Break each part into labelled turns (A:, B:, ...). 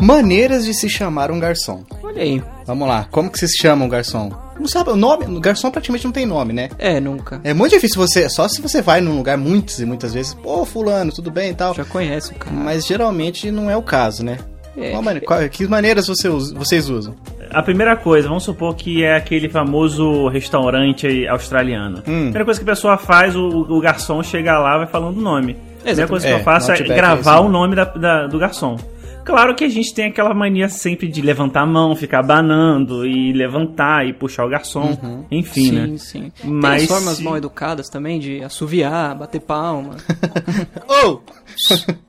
A: Maneiras de se chamar um garçom.
B: Olha aí.
A: Vamos lá, como que se chama um garçom? Não sabe o nome? O garçom praticamente não tem nome, né?
B: É, nunca.
A: É muito difícil você, só se você vai num lugar muitas e muitas vezes, pô, fulano, tudo bem e tal.
B: Já conhece o cara.
A: Mas geralmente não é o caso, né?
B: É.
A: Qual mane- qual- que maneiras você usa- vocês usam?
C: A primeira coisa, vamos supor que é aquele famoso restaurante australiano.
A: Hum.
C: Primeira coisa que a pessoa faz, o, o garçom chega lá vai falando o nome. A primeira
B: Exatamente.
C: coisa que
A: É,
C: eu faço é
A: Outback é
B: assim
C: gravar
A: isso,
C: o
A: né?
C: nome da- da- do garçom. Claro que a gente tem aquela mania sempre de levantar a mão, ficar banando e levantar e puxar o garçom. Enfim,
B: Uhum. sim,
C: né?
B: sim.
C: Mas
B: Tem as formas
C: se-
B: mal educadas também de assoviar, bater palma.
A: Ou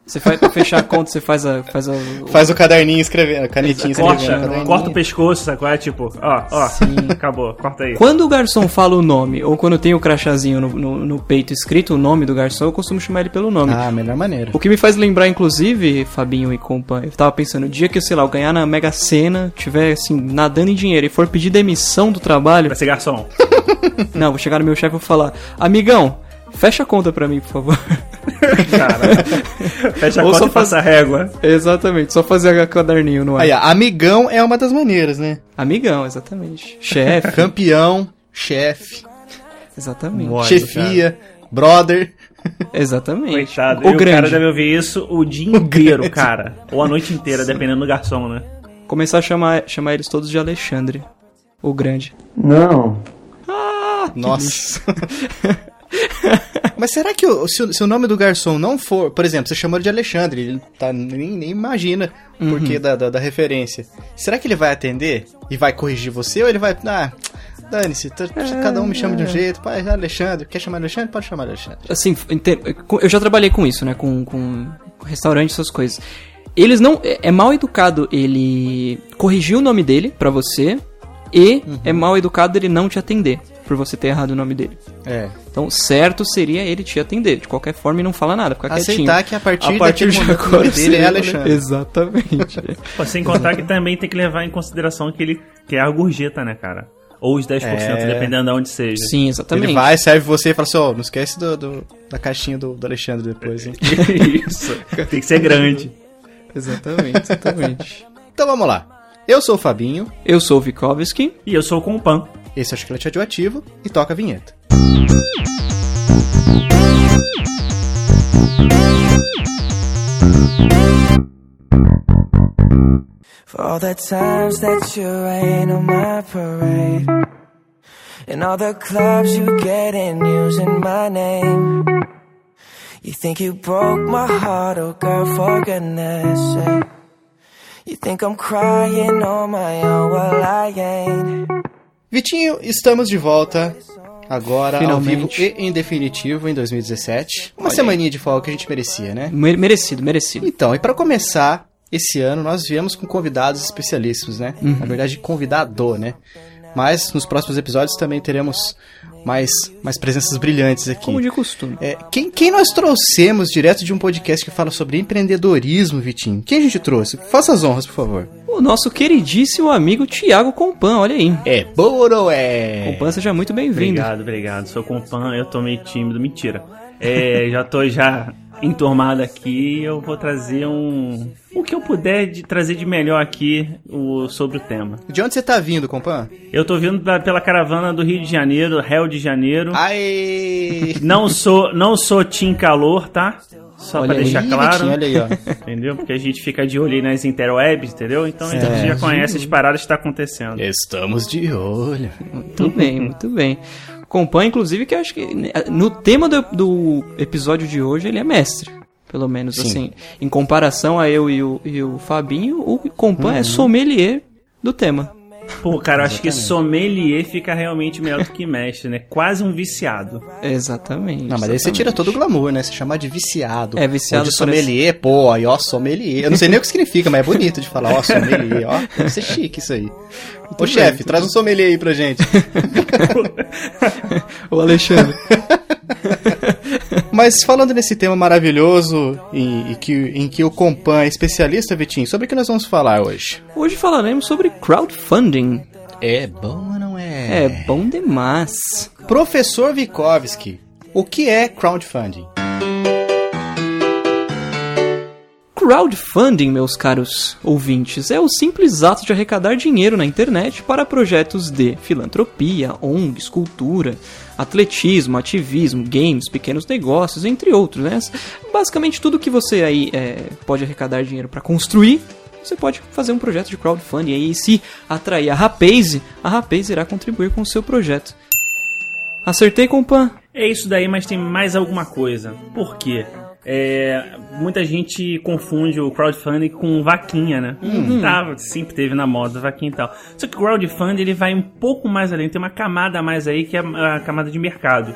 B: Você faz pra fechar a conta, você faz a. Faz a o-
A: faz o caderninho escrevendo, a canetinha escrevendo. né? o
C: Corta,
A: caderninho.
C: corta o pescoço, sacou? É tipo, ó, ó,
B: Sim.
C: acabou, corta aí.
B: Quando o garçom fala o nome, ou quando tem o crachazinho no, no- no peito escrito o nome do garçom, eu costumo chamar ele pelo nome.
A: Ah, a melhor maneira.
B: O que me faz lembrar, inclusive, Fabinho e compa, eu tava pensando, o dia que, sei lá, eu ganhar na Mega Sena, tiver, assim, nadando em dinheiro e for pedir demissão do trabalho,
C: Vai ser garçom.
B: não, vou chegar no meu chefe e vou falar, amigão, fecha a conta pra mim, por favor.
C: Cara, fecha a
B: Ou
C: conta
B: só
C: e passa a régua.
B: exatamente, só fazer a caderninho no ar.
A: Aí, ó, amigão é uma das maneiras, né?
B: Amigão, exatamente. Chefe,
A: Campeão, chefe,
B: exatamente.
C: Olha,
A: chefia, brother.
B: Exatamente.
C: Coitado,
B: o
C: e o cara
B: grande.
C: deve ouvir isso o dia inteiro, cara. Ou a noite inteira, dependendo do garçom, né?
B: Começar a chamar, chamar eles todos de Alexandre. O grande.
A: Nossa. Mas será que o, se, o, se o nome do garçom não for, por exemplo, você chamou ele de Alexandre, ele tá, nem, nem imagina o porquê da, da, da referência. Será que ele vai atender e vai corrigir você ou ele vai. Ah, dane-se, tá- cada um me chama de um jeito, pai, Alexandre, quer chamar Alexandre? Pode chamar Alexandre.
B: assim, inte- eu já trabalhei com isso, né? Com, com restaurante, essas coisas. Eles não. É é mal educado ele corrigir o nome dele pra você e
A: Uhum.
B: é mal educado ele não te atender por você ter errado o nome dele.
A: É.
B: Então, certo seria ele te atender. De qualquer forma, e não fala nada, fica
A: Aceitar
B: quietinho.
A: que a partir daquele
B: de
A: momento o
B: agora
A: nome dele é
B: seria-
A: Alexandre.
B: Exatamente.
C: Pô, Sem contar que também tem que levar em consideração que ele quer a gorjeta, né, cara? Ou os 10%,
A: É.
C: dependendo de onde seja.
B: Sim, exatamente.
A: Ele vai, serve você e fala assim, ó, não esquece do, do- da caixinha do, do Alexandre depois, hein?
C: isso. Tem que ser grande.
B: Exatamente, exatamente.
A: então vamos lá. Eu sou o Fabinho,
B: Eu sou o Vikovski.
C: E eu sou com o Pan.
A: esse é o Chiclete Radioativo e toca a vinheta.
D: For all the times that you rain on my parade. And all the clubs you get in using my name. You think you broke my heart, oh girl, for goodness sake. You think I'm crying on my own, well I ain't.
A: Vitinho, estamos de volta agora ao
B: Finalmente.
A: vivo e em definitivo em 2017. Uma semaninha de folga que a gente merecia, né?
B: Mere- Merecido, merecido.
A: Então, e pra começar esse ano, nós viemos com convidados especialíssimos, né?
B: Uhum.
A: Na verdade, convidador, né? Mas nos próximos episódios também teremos mais, mais presenças brilhantes aqui.
B: Como de costume.
A: É, quem, quem nós trouxemos direto de um podcast que fala sobre empreendedorismo, Vitinho? Quem a gente trouxe? Faça as honras, por favor.
B: O nosso queridíssimo amigo Tiago Compan, olha aí.
A: É Boro, é...
B: Compan, seja muito bem-vindo.
C: Obrigado, obrigado. Sou com o Pan, eu tô meio tímido. Mentira. É, já tô já enturmado aqui. Eu vou trazer um. O que eu puder de trazer de melhor aqui o- sobre o tema.
A: De onde você tá vindo, compan?
C: Eu tô vindo da- pela caravana do Rio de Janeiro, Réu de
B: Uhum.
C: Janeiro.
A: Aê!
C: Não sou, não sou Team Calor, tá? Só
B: Olha
C: pra
B: aí,
C: deixar
A: Ih,
C: claro.
A: Vitinho, olha aí, ó.
C: Entendeu? Porque a gente fica de olho aí nas interwebs, entendeu? Então a gente já conhece as paradas que tá
A: É.
C: acontecendo.
A: Estamos de olho.
B: Muito bem, muito bem. Compan, inclusive, que eu acho que né, no tema do, do episódio de hoje ele é mestre. Pelo menos assim. Em comparação a eu e o, e o Fabinho, o Compan é sommelier do tema.
C: Pô, cara, eu acho que sommelier fica realmente melhor do que mestre, né? Quase um viciado.
B: Exatamente.
A: Não, mas aí você
B: exatamente.
A: tira todo o glamour, né? Se chamar de viciado.
B: É, viciado
A: Ou de sommelier, pô, aí ó, sommelier. Eu não sei nem o que significa, mas é bonito de falar, ó, sommelier, ó. Deve ser chique isso aí. Ô, chefe, traz um sommelier aí pra gente.
B: O Alexandre.
A: Mas falando nesse tema maravilhoso em, em que, em que o Compan é especialista, Vitinho, sobre o que nós vamos falar hoje?
B: hoje falaremos sobre crowdfunding.
A: É bom ou não
B: É, bom demais.
A: Professor Vikovski, o que é crowdfunding?
B: Crowdfunding, meus caros ouvintes, é o simples ato de arrecadar dinheiro na internet para projetos de filantropia, ONGs, cultura, atletismo, ativismo, games, pequenos negócios, entre outros. Né? Basicamente tudo que você aí é, pode arrecadar dinheiro para construir, você pode fazer um projeto de crowdfunding aí, e se atrair a Rapaze, a Rapaze irá contribuir com o seu projeto. Acertei, compan?
C: É isso daí, mas tem mais alguma coisa. Por quê? É, muita gente confunde o crowdfunding com vaquinha, né? Tá, sempre teve na moda vaquinha e tal. Só que o crowdfunding ele vai um pouco mais além, tem uma camada a mais aí que é a a camada de mercado.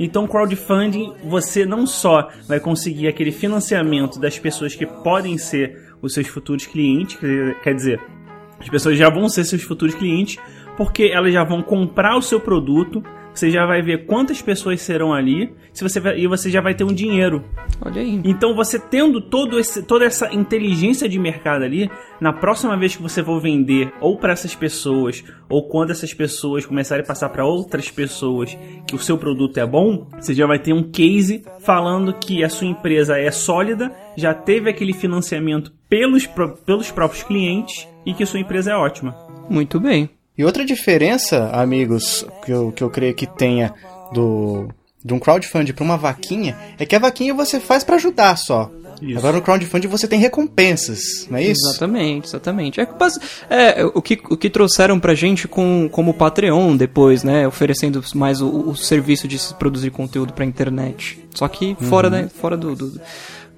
C: Então, crowdfunding você não só vai conseguir aquele financiamento das pessoas que podem ser os seus futuros clientes, quer- quer dizer, as pessoas já vão ser seus futuros clientes, porque elas já vão comprar o seu produto. Você já vai ver quantas pessoas serão ali, se você vai- e você já vai ter um dinheiro.
B: Olha aí.
C: Então você tendo todo esse, toda essa inteligência de mercado ali, na próxima vez que você for vender ou para essas pessoas, ou quando essas pessoas começarem a passar para outras pessoas que o seu produto é bom, você já vai ter um case falando que a sua empresa é sólida, já teve aquele financiamento pelos, pró- pelos próprios clientes e que sua empresa é ótima.
B: Muito bem.
A: E outra diferença, amigos, que eu, que eu creio que tenha do de um crowdfunding para uma vaquinha, é que a vaquinha você faz para ajudar só.
C: Isso.
A: Agora no crowdfunding você tem recompensas, não é isso?
B: Exatamente, exatamente. É, que basi- é, o, que, o que trouxeram pra gente com, como Patreon depois, né? Oferecendo mais o, o serviço de se produzir conteúdo pra internet. Só que fora, da, fora do, do,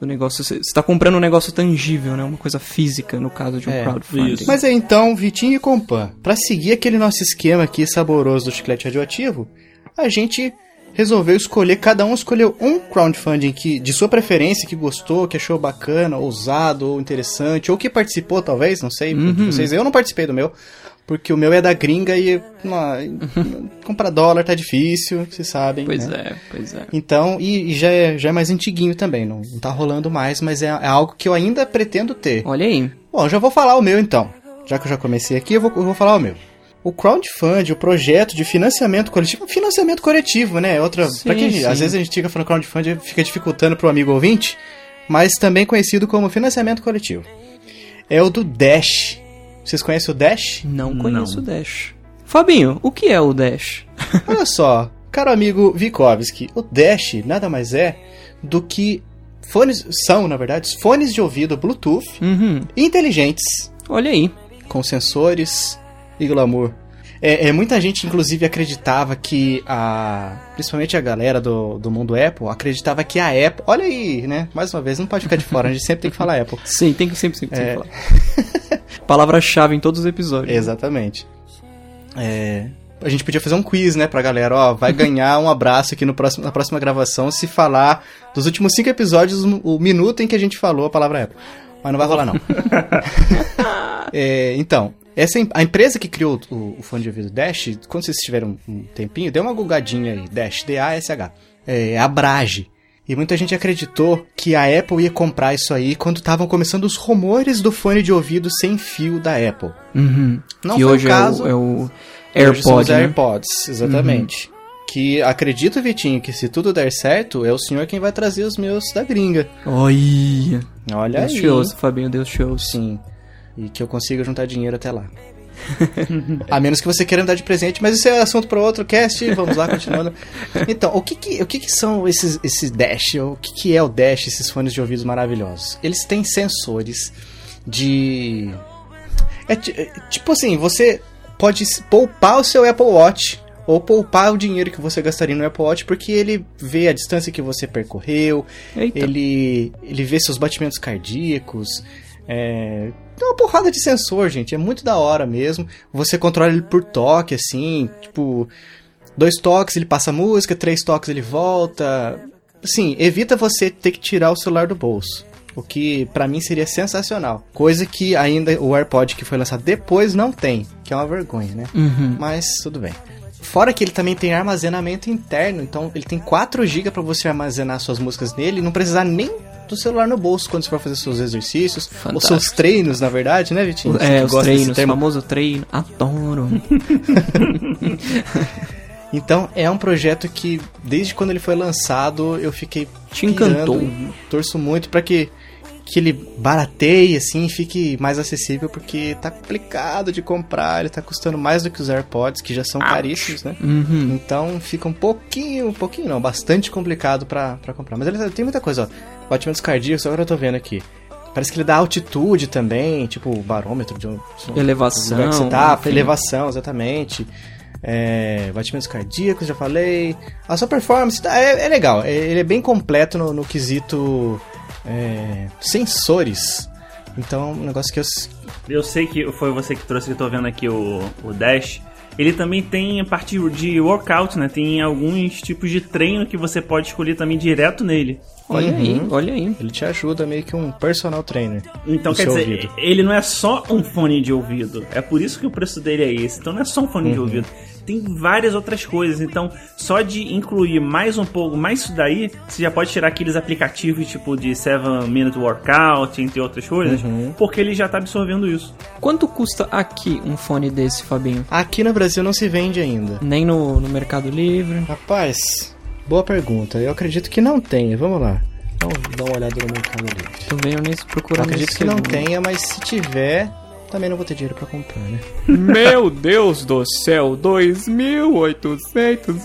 B: do negócio. Você está comprando um negócio tangível, né? Uma coisa física, no caso de um crowdfunding.
C: isso.
A: Mas é então, Vitinho e Compan, para seguir aquele nosso esquema aqui saboroso do chiclete radioativo, a gente resolveu escolher, cada um escolheu um crowdfunding que, de sua preferência, que gostou, que achou bacana, ousado, ou interessante, ou que participou talvez, não sei,
B: Uhum.
A: de vocês, eu não participei do meu, porque o meu é da gringa e na- comprar dólar tá difícil, vocês sabem,
B: Pois
A: né?
B: é, pois é.
A: Então, e, e já, é, já é mais antiguinho também, não, não tá rolando mais, mas é- é algo que eu ainda pretendo ter.
B: Olha aí.
A: Bom, eu já vou falar o meu então. Já que eu já comecei aqui, eu vou, eu vou falar o meu. O crowdfunding, o projeto de financiamento coletivo, financiamento coletivo, né? É Outra,
B: Sim,
A: pra quem,
B: sim.
A: às vezes a gente fica falando crowdfunding, e fica dificultando pro amigo ouvinte, mas também conhecido como financiamento coletivo. É o do Dash. Vocês conhecem o Dash?
B: Não conheço o Dash. Fabinho, o que é o Dash?
A: Olha só, caro amigo Vikovski, o Dash nada mais é do que fones são, na verdade, fones de ouvido Bluetooth
B: Uhum.
A: inteligentes
B: Olha aí.
A: com sensores e glamour. É, é, muita gente, inclusive, acreditava que a. Principalmente a galera do, do mundo Apple, acreditava que a Apple. Olha aí, né? Mais uma vez, não pode ficar de fora, a gente sempre tem que falar Apple.
B: Sim, tem que sempre, sempre, sempre falar. Palavra-chave em todos os episódios.
A: Exatamente. É, A gente podia fazer um quiz, né, pra galera. Ó, vai ganhar um abraço aqui no próximo, na próxima gravação se falar dos últimos cinco episódios, um, o- o minuto em que a gente falou a palavra Apple. Mas não vai rolar, não. É, então, essa em- a empresa que criou o, o fone de ouvido Dash, quando vocês tiveram um tempinho, deu uma googadinha aí, Dash, D-A-S-H. É, a Brage. E muita gente acreditou que a Apple ia comprar isso aí quando estavam começando os rumores do fone de ouvido sem fio da Apple.
B: Uhum.
A: Não
B: que
A: foi o
B: hoje
A: caso.
B: é o, é o
A: Hoje são
B: AirPod,
A: os
B: né?
A: AirPods, exatamente. Que acredito, Vitinho, que se tudo der certo, é o senhor quem vai trazer os meus da gringa.
B: Olha,
A: Olha
B: Deus
A: aí.
B: te ouça, Fabinho, Deus te ouça.
A: Sim. E que eu consiga juntar dinheiro até lá. a menos que você queira me dar de presente, mas isso é assunto para outro cast. Vamos lá, continuando. Então, o que que, o que, que são esses, esses Dash? O que, que é o Dash, esses fones de ouvidos maravilhosos? Eles têm sensores de. É, ti- é tipo assim, você pode s- poupar o seu Apple Watch ou poupar o dinheiro que você gastaria no Apple Watch, porque ele vê a distância que você percorreu,
B: Eita,
A: ele, ele vê seus batimentos cardíacos. É... Tem uma porrada de sensor, gente. É muito da hora mesmo. Você controla ele por toque, assim. Tipo, dois toques ele passa música, três toques ele volta. Assim, evita você ter que tirar o celular do bolso. O que pra mim seria sensacional. Coisa que ainda o AirPod que foi lançado depois não tem. Que é uma vergonha, né?
B: Uhum.
A: Mas tudo bem. Fora que ele também tem armazenamento interno, então ele tem 4 GB pra você armazenar suas músicas nele e não precisar nem do celular no bolso quando você for fazer seus exercícios, ou
B: Fantástico.
A: seus treinos, na verdade, né, Vitinho? Você que
B: é, os
A: gosta desse
B: treinos, o
A: termo.
B: famoso treino, adoro.
A: Então é um projeto que, desde quando ele foi lançado, eu fiquei
B: Te encantou.
A: pirando. torço muito pra que, que ele barateie, assim, e fique mais acessível, porque tá complicado de comprar, ele tá custando mais do que os AirPods, que já são caríssimos, né?
B: Uhum.
A: Então fica um pouquinho, um pouquinho não, bastante complicado pra pra comprar. Mas ele tá- tem muita coisa, ó. Batimentos cardíacos, agora eu tô vendo aqui. Parece que ele dá altitude também, tipo barômetro de um,
B: Elevação,
A: lugar que você tá,
B: tem-
A: elevação, exatamente. É, batimentos cardíacos, já falei. A sua performance tá, é, é legal, é- ele é bem completo no, no quesito é, sensores. Então, um negócio que eu. s-
C: Eu sei que foi você que trouxe, que eu tô vendo aqui o, o Dash. Ele também tem a parte de workout, né? Tem alguns tipos de treino que você pode escolher também direto nele.
B: Olha
A: Uhum.
B: aí, olha aí.
A: Ele te ajuda meio que um personal trainer.
C: Então,
A: no
C: quer
A: seu
C: dizer,
A: ouvido.
C: ele não é só um fone de ouvido. É por isso que o preço dele é esse. Então, não é só um fone de
A: Uhum.
C: ouvido. Tem várias outras coisas. Então, só de incluir mais um pouco, mais isso daí, você já pode tirar aqueles aplicativos tipo de 7 Minute Workout, entre outras coisas,
A: Uhum.
C: porque ele já tá absorvendo isso.
B: Quanto custa aqui um fone desse, Fabinho?
A: Aqui no Brasil não se vende ainda.
B: Nem no, no Mercado Livre.
A: Rapaz, boa pergunta. Eu acredito que não tenha. Vamos lá. Vamos dar uma olhada no mercado livre.
B: Tu veio nesse
A: Eu
B: procurando
A: acredito
B: esse
A: que não
B: segundo.
A: tenha, mas se tiver, também não vou ter dinheiro pra comprar, né?
B: Meu Deus do céu,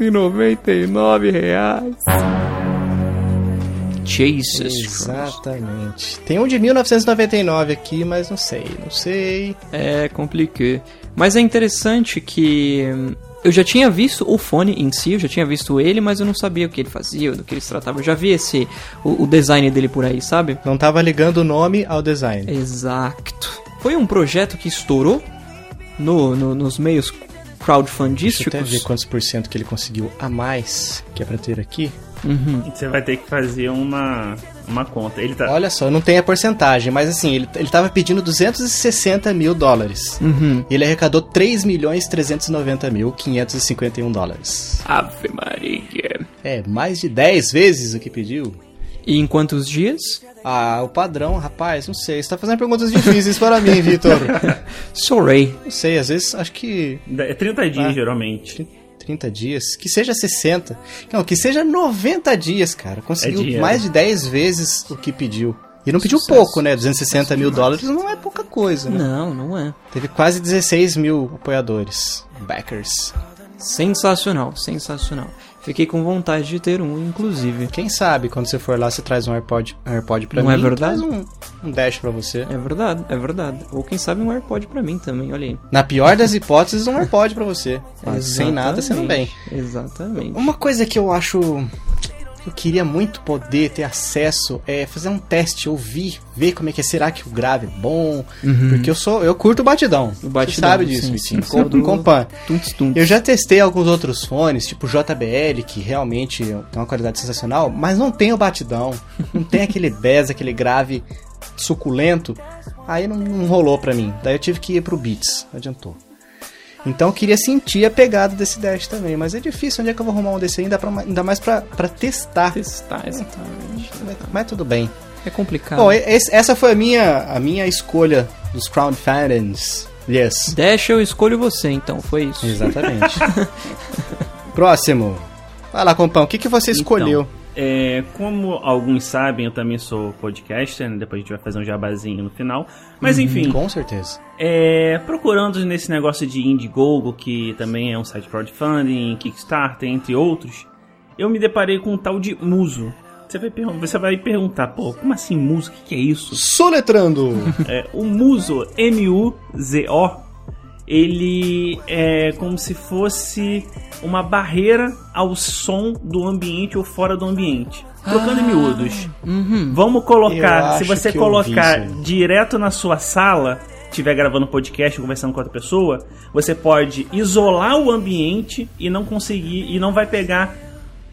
B: 2.899 reais.
A: é
B: Jesus Christ.
A: Exatamente. Tem um de 1999 aqui, mas não sei, não sei.
B: É complicado. Mas é interessante que hum, eu já tinha visto o fone em si, eu já tinha visto ele, mas eu não sabia o que ele fazia, do que ele se tratava. Eu já vi esse o, o design dele por aí, sabe?
A: Não tava ligando o nome ao design.
B: Exato. Foi um projeto que estourou no, no- nos meios
A: Deixa eu até ver
B: crowdfundísticos.
A: quantos por cento que ele conseguiu a mais, que é pra ter aqui.
B: Uhum.
C: Você vai ter que fazer uma, uma conta. Ele tá.
A: Olha só, não tem a porcentagem, mas assim, ele, ele tava pedindo 260 mil dólares.
B: Uhum.
A: E ele arrecadou 3 milhões 390 mil 551 dólares.
B: Ave Maria.
A: É, mais de 10 vezes o que pediu.
B: E em quantos dias?
A: Ah, o padrão, rapaz, não sei. Você tá fazendo perguntas difíceis para mim, Vitor.
B: Sorry.
A: Não sei, às vezes acho que
C: É 30 dias,
A: Ah.
C: geralmente.
A: 30 dias, que seja 60. Não, que seja 90 dias, cara.
C: É
A: Conseguiu
C: dinheiro.
A: mais de 10 vezes o que pediu. E não pediu
B: Sucesso.
A: pouco, né? 260 mil dólares não é pouca coisa, né?
B: Não, não é.
A: Teve quase 16 mil apoiadores. Backers.
B: Sensacional, sensacional. Fiquei com vontade de ter um, inclusive.
A: Quem sabe quando você for lá, você traz um AirPod, AirPod pra
B: Não
A: mim.
B: é verdade?
A: Traz um, um Dash pra você.
B: É verdade, é verdade. Ou quem sabe um AirPod pra mim também, olha aí.
A: Na pior das hipóteses, um AirPod pra você. Mas Ah, Sem
B: Exatamente,
A: nada, você não vem.
B: Exatamente.
A: Uma coisa que eu acho que eu queria muito poder ter acesso é fazer um teste, ouvir, ver como é que é, será que o grave é bom, porque eu sou, eu curto o batidão.
B: Uhum. O batidão,
A: Você sabe disso,
B: sim,
A: Vitinho,
B: sim,
A: com,
B: sim.
A: compa.
B: Tunts, tunts.
A: Eu já testei alguns outros fones, tipo JBL, que realmente tem uma qualidade sensacional, mas não tem o batidão, não tem aquele bez, aquele grave suculento. Aí não, não rolou pra mim. Daí eu tive que ir pro Beats, não adiantou. Então eu queria sentir a pegada desse Dash também, mas é difícil, onde é que eu vou arrumar um desse ainda, pra, ainda mais pra, pra testar.
B: Testar, exatamente.
A: Mas, mas tudo bem.
B: É complicado.
A: Bom, e- esse- essa foi a minha, a minha escolha dos crowdfundings. Yes.
B: Dash, eu escolho você, então, foi isso.
A: Exatamente. Próximo. Vai lá, compão. O que, que você escolheu?
C: Então, é, como alguns sabem, eu também sou podcaster, né? depois a gente vai fazer um jabazinho no final. Mas enfim,
A: Uhum. Com certeza.
C: é, procurando nesse negócio de Indiegogo, que também é um site crowdfunding, Kickstarter, entre outros, eu me deparei com um tal de Muso. Você vai, pergun- você vai perguntar, pô, como assim Muso? O que que é isso?
A: Soletrando.
C: É, o Muso, M-U-Z-O, ele é como se fosse uma barreira ao som do ambiente ou fora do ambiente. Trocando em miúdos.
A: Eu
C: Vamos colocar, se
A: acho
C: você
A: que eu vi
C: colocar
A: isso aí.
C: direto na sua sala, estiver gravando podcast, conversando com outra pessoa, você pode isolar o ambiente e não conseguir, e não vai pegar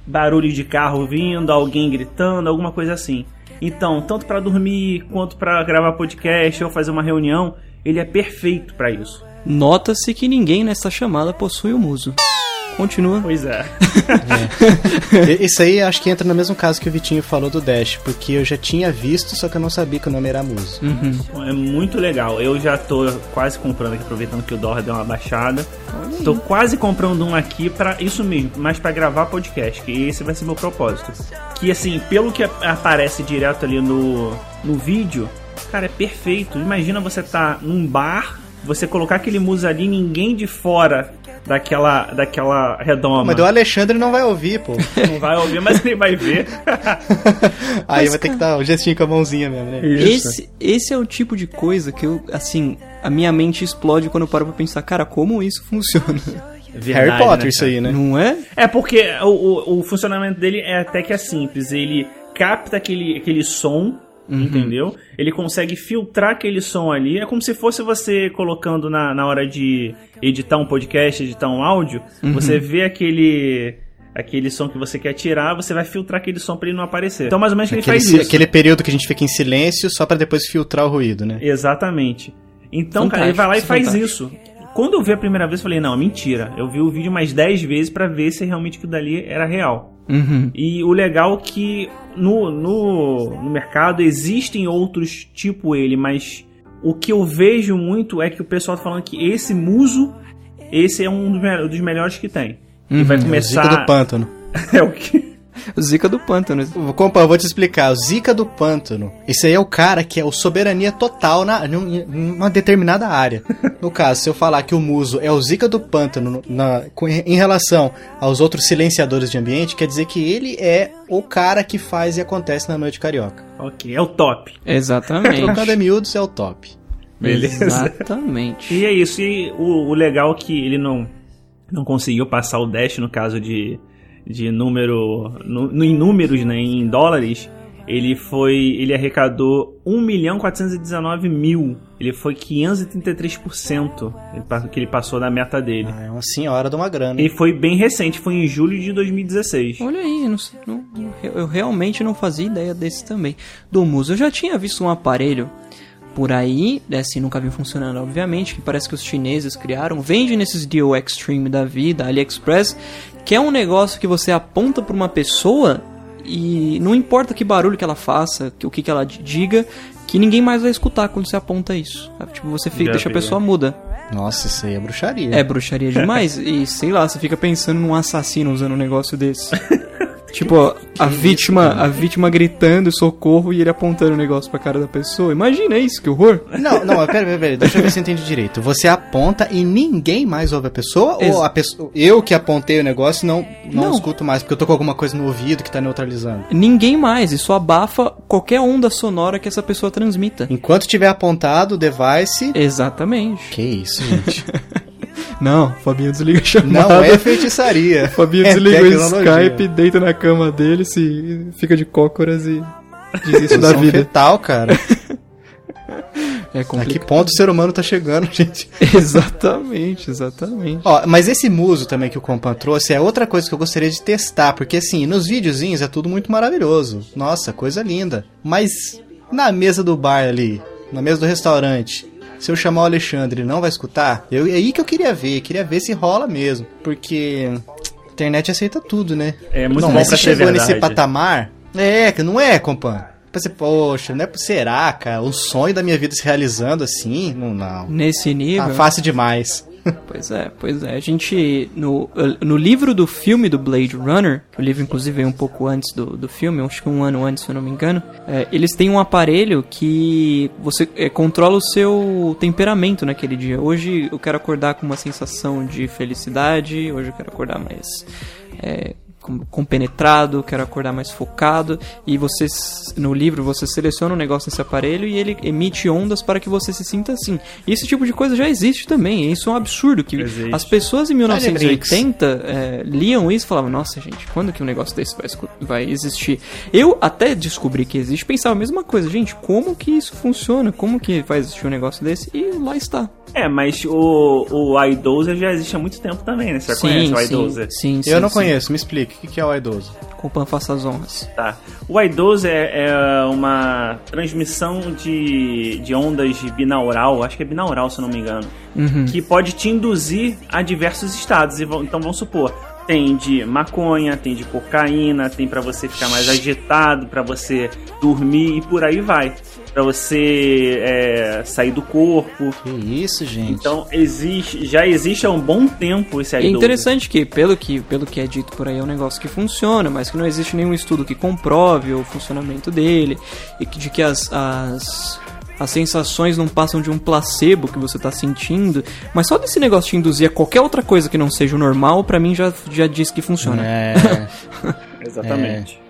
C: barulho de carro vindo, alguém gritando, alguma coisa assim. Então, tanto para dormir quanto para gravar podcast ou fazer uma reunião, ele é perfeito para isso.
B: Nota-se que ninguém nessa chamada possui o muso. Continua.
C: Pois é.
A: E- Isso aí acho que entra no mesmo caso que o Vitinho falou do Dash, porque eu já tinha visto, só que eu não sabia que o nome era Muso.
C: É muito legal. Eu já tô quase comprando aqui, aproveitando que o dólar deu uma baixada. Tô quase comprando um aqui para isso mesmo, mas para gravar podcast, que esse vai ser meu propósito. Que assim, pelo que ap- aparece direto ali no, no vídeo, cara, é perfeito. Imagina você tá num bar, você colocar aquele musa ali, ninguém de fora daquela daquela redoma.
A: Mas o Alexandre não vai ouvir, pô.
C: Não vai ouvir, mas ele vai ver.
A: Aí vai ter que dar um gestinho com a mãozinha mesmo, né?
B: Esse, esse é o tipo de coisa que eu, assim, a minha mente explode quando eu paro pra pensar, cara, como isso funciona?
C: Verdade,
A: Harry Potter,
C: né,
A: isso
C: cara?
A: aí, né?
B: Não é?
C: É porque o, o- o funcionamento dele é até que é simples. Ele capta aquele, aquele som,
B: Uhum.
C: entendeu? Ele consegue filtrar aquele som ali. É como se fosse você colocando na, na hora de editar um podcast, editar um áudio.
B: Uhum.
C: Você vê aquele. Aquele som que você quer tirar, você vai filtrar aquele som pra ele não aparecer. Então, mais ou menos que ele
A: Aquele,
C: faz
A: si-
C: isso.
A: aquele período que a gente fica em silêncio só pra depois filtrar o ruído, né?
C: Exatamente. Então, cara, ele
B: Fantástico,
C: vai lá e
B: isso é
C: faz
B: fantástico.
C: isso. Quando eu vi a primeira vez, eu falei, não, mentira. Eu vi o vídeo mais 10 vezes pra ver se realmente aquilo dali era real.
B: Uhum.
C: E o legal é que no, no, no mercado existem outros tipo ele, mas o que eu vejo muito é que o pessoal tá falando que esse muso, esse é um dos, me- dos melhores que tem. E vai
A: Uhum,
C: começar.
A: Zica do pântano.
C: é o que?
B: Zica do pântano.
A: Vou- Compa, eu vou te explicar. O Zica do pântano. Esse aí é o cara que é o soberania total na, num- em uma determinada área. No caso, se eu falar que o Muso é o Zica do pântano na- com- em relação aos outros silenciadores de ambiente, quer dizer que ele é o cara que faz e acontece na noite carioca.
C: Ok, é o top.
A: Trocando em
B: Exatamente.
A: miúdos é o top.
B: Exatamente.
C: E é isso. E o, o legal é que ele não, não conseguiu passar o Dash no caso de, de número. No, no- em números, né? Em dólares. Ele foi. Ele arrecadou 1 milhão 419 mil. Ele foi 533% ele pa- que ele passou da meta dele.
A: Ah, é uma senhora de uma grana.
C: E foi bem recente, foi em julho de 2016.
B: Olha aí, eu, não sei- não- eu realmente não fazia ideia desse também. Do Muso, eu já tinha visto um aparelho por aí, né, assim, nunca vi funcionando, obviamente, que parece que os chineses criaram. Vende nesses Deal Extreme da vida, AliExpress, que é um negócio que você aponta pra uma pessoa e não importa que barulho que ela faça, que- o que, que ela di- diga, que ninguém mais vai escutar quando você aponta isso. sabe? Tipo, você fica,
C: Já
B: deixa a
C: vi, né?
B: pessoa muda.
A: Nossa, isso aí é bruxaria.
B: É bruxaria demais. e sei lá, você fica pensando num assassino usando um negócio desse. tipo, a vítima, a vítima gritando socorro e ele apontando o negócio pra cara da pessoa. Imagina isso, que horror.
A: Não, não, pera, pera, pera, deixa eu ver se eu entendi direito. Você aponta e ninguém mais ouve a pessoa?
B: Ex-
A: Ou a pessoa, eu que apontei o negócio não, não,
B: Não.
A: escuto mais, porque eu tô com alguma coisa no ouvido que tá neutralizando?
B: Ninguém mais, isso abafa qualquer onda sonora que essa pessoa transmita.
A: Enquanto tiver apontado o device.
B: Exatamente.
A: Que isso, gente?
B: Não, Fabinho desliga a chamada.
A: Não é feitiçaria.
B: Fabinho
A: é
B: desliga o
A: tecnologia.
B: Skype, deita na cama dele, se fica de cócoras e desiste da
A: Posição
B: vida.
A: fetal, cara.
B: É
A: A que
B: complicado.
A: ponto o ser humano tá chegando, gente?
B: exatamente, exatamente.
A: Ó, mas esse muso também que o Compan trouxe é outra coisa que eu gostaria de testar, porque assim, nos videozinhos é tudo muito maravilhoso. Nossa, coisa linda. Mas na mesa do bar ali, na mesa do restaurante, se eu chamar o Alexandre, ele não vai escutar? Eu, é aí que eu queria ver, queria ver se rola mesmo, porque a internet aceita tudo, né?
C: É muito
A: não,
C: bom
A: mas
C: pra
A: se
C: ser
A: chegou nesse
C: verdade.
A: patamar, é, que não é, Compan. Pensei, poxa, não é, será, cara? O sonho da minha vida se realizando assim? Não, não.
B: Nesse nível.
A: Tá fácil demais.
B: Pois é, pois é. A gente, no, no livro do filme do Blade Runner, que o livro inclusive veio um pouco antes do, do filme, acho que um ano antes, se eu não me engano, é, eles têm um aparelho que você é, controla o seu temperamento naquele dia. Hoje eu quero acordar com uma sensação de felicidade, hoje eu quero acordar mais é, com- compenetrado, quero acordar mais focado. E você, s- no livro, você seleciona um negócio nesse aparelho e ele emite ondas para que você se sinta assim. E esse tipo de coisa já existe também. e Isso é um absurdo. que
C: Existe.
B: As pessoas em
A: Olha, Brinks.
B: 1980 é, liam isso e falavam: Nossa, gente, quando que um negócio desse vai, escu- vai existir? Eu até descobri que existe, pensava a mesma coisa. Gente, como que isso funciona? Como que vai existir um negócio desse? E lá está.
C: É, mas o, o iDozer já existe há muito tempo também, né? Você já conhece o iDozer?
B: sim, sim.
A: Eu não
B: sim.
A: conheço, me explique, o que que é o idoso?
B: Compan faça as honras.
C: Tá. O I12 é, é uma transmissão de, de ondas de binaural, acho que é binaural se eu não me engano,
B: Uhum.
C: que pode te induzir a diversos estados. E vão- Então vamos supor, tem de maconha, tem de cocaína, tem pra você ficar mais agitado, pra você dormir e por aí vai. Pra você é, sair do corpo.
E: Que isso, gente.
C: Então existe, já existe há um bom tempo esse
B: É
C: I12.
B: interessante que pelo, que, pelo que é dito por aí, é um negócio que funciona, mas que não existe nenhum estudo que comprove o funcionamento dele, e que- de que as, as, as sensações não passam de um placebo que você tá sentindo, mas só desse negócio te induzir a qualquer outra coisa que não seja o normal, pra mim já, já diz que funciona.
A: É,
B: né?
C: Exatamente.
B: E-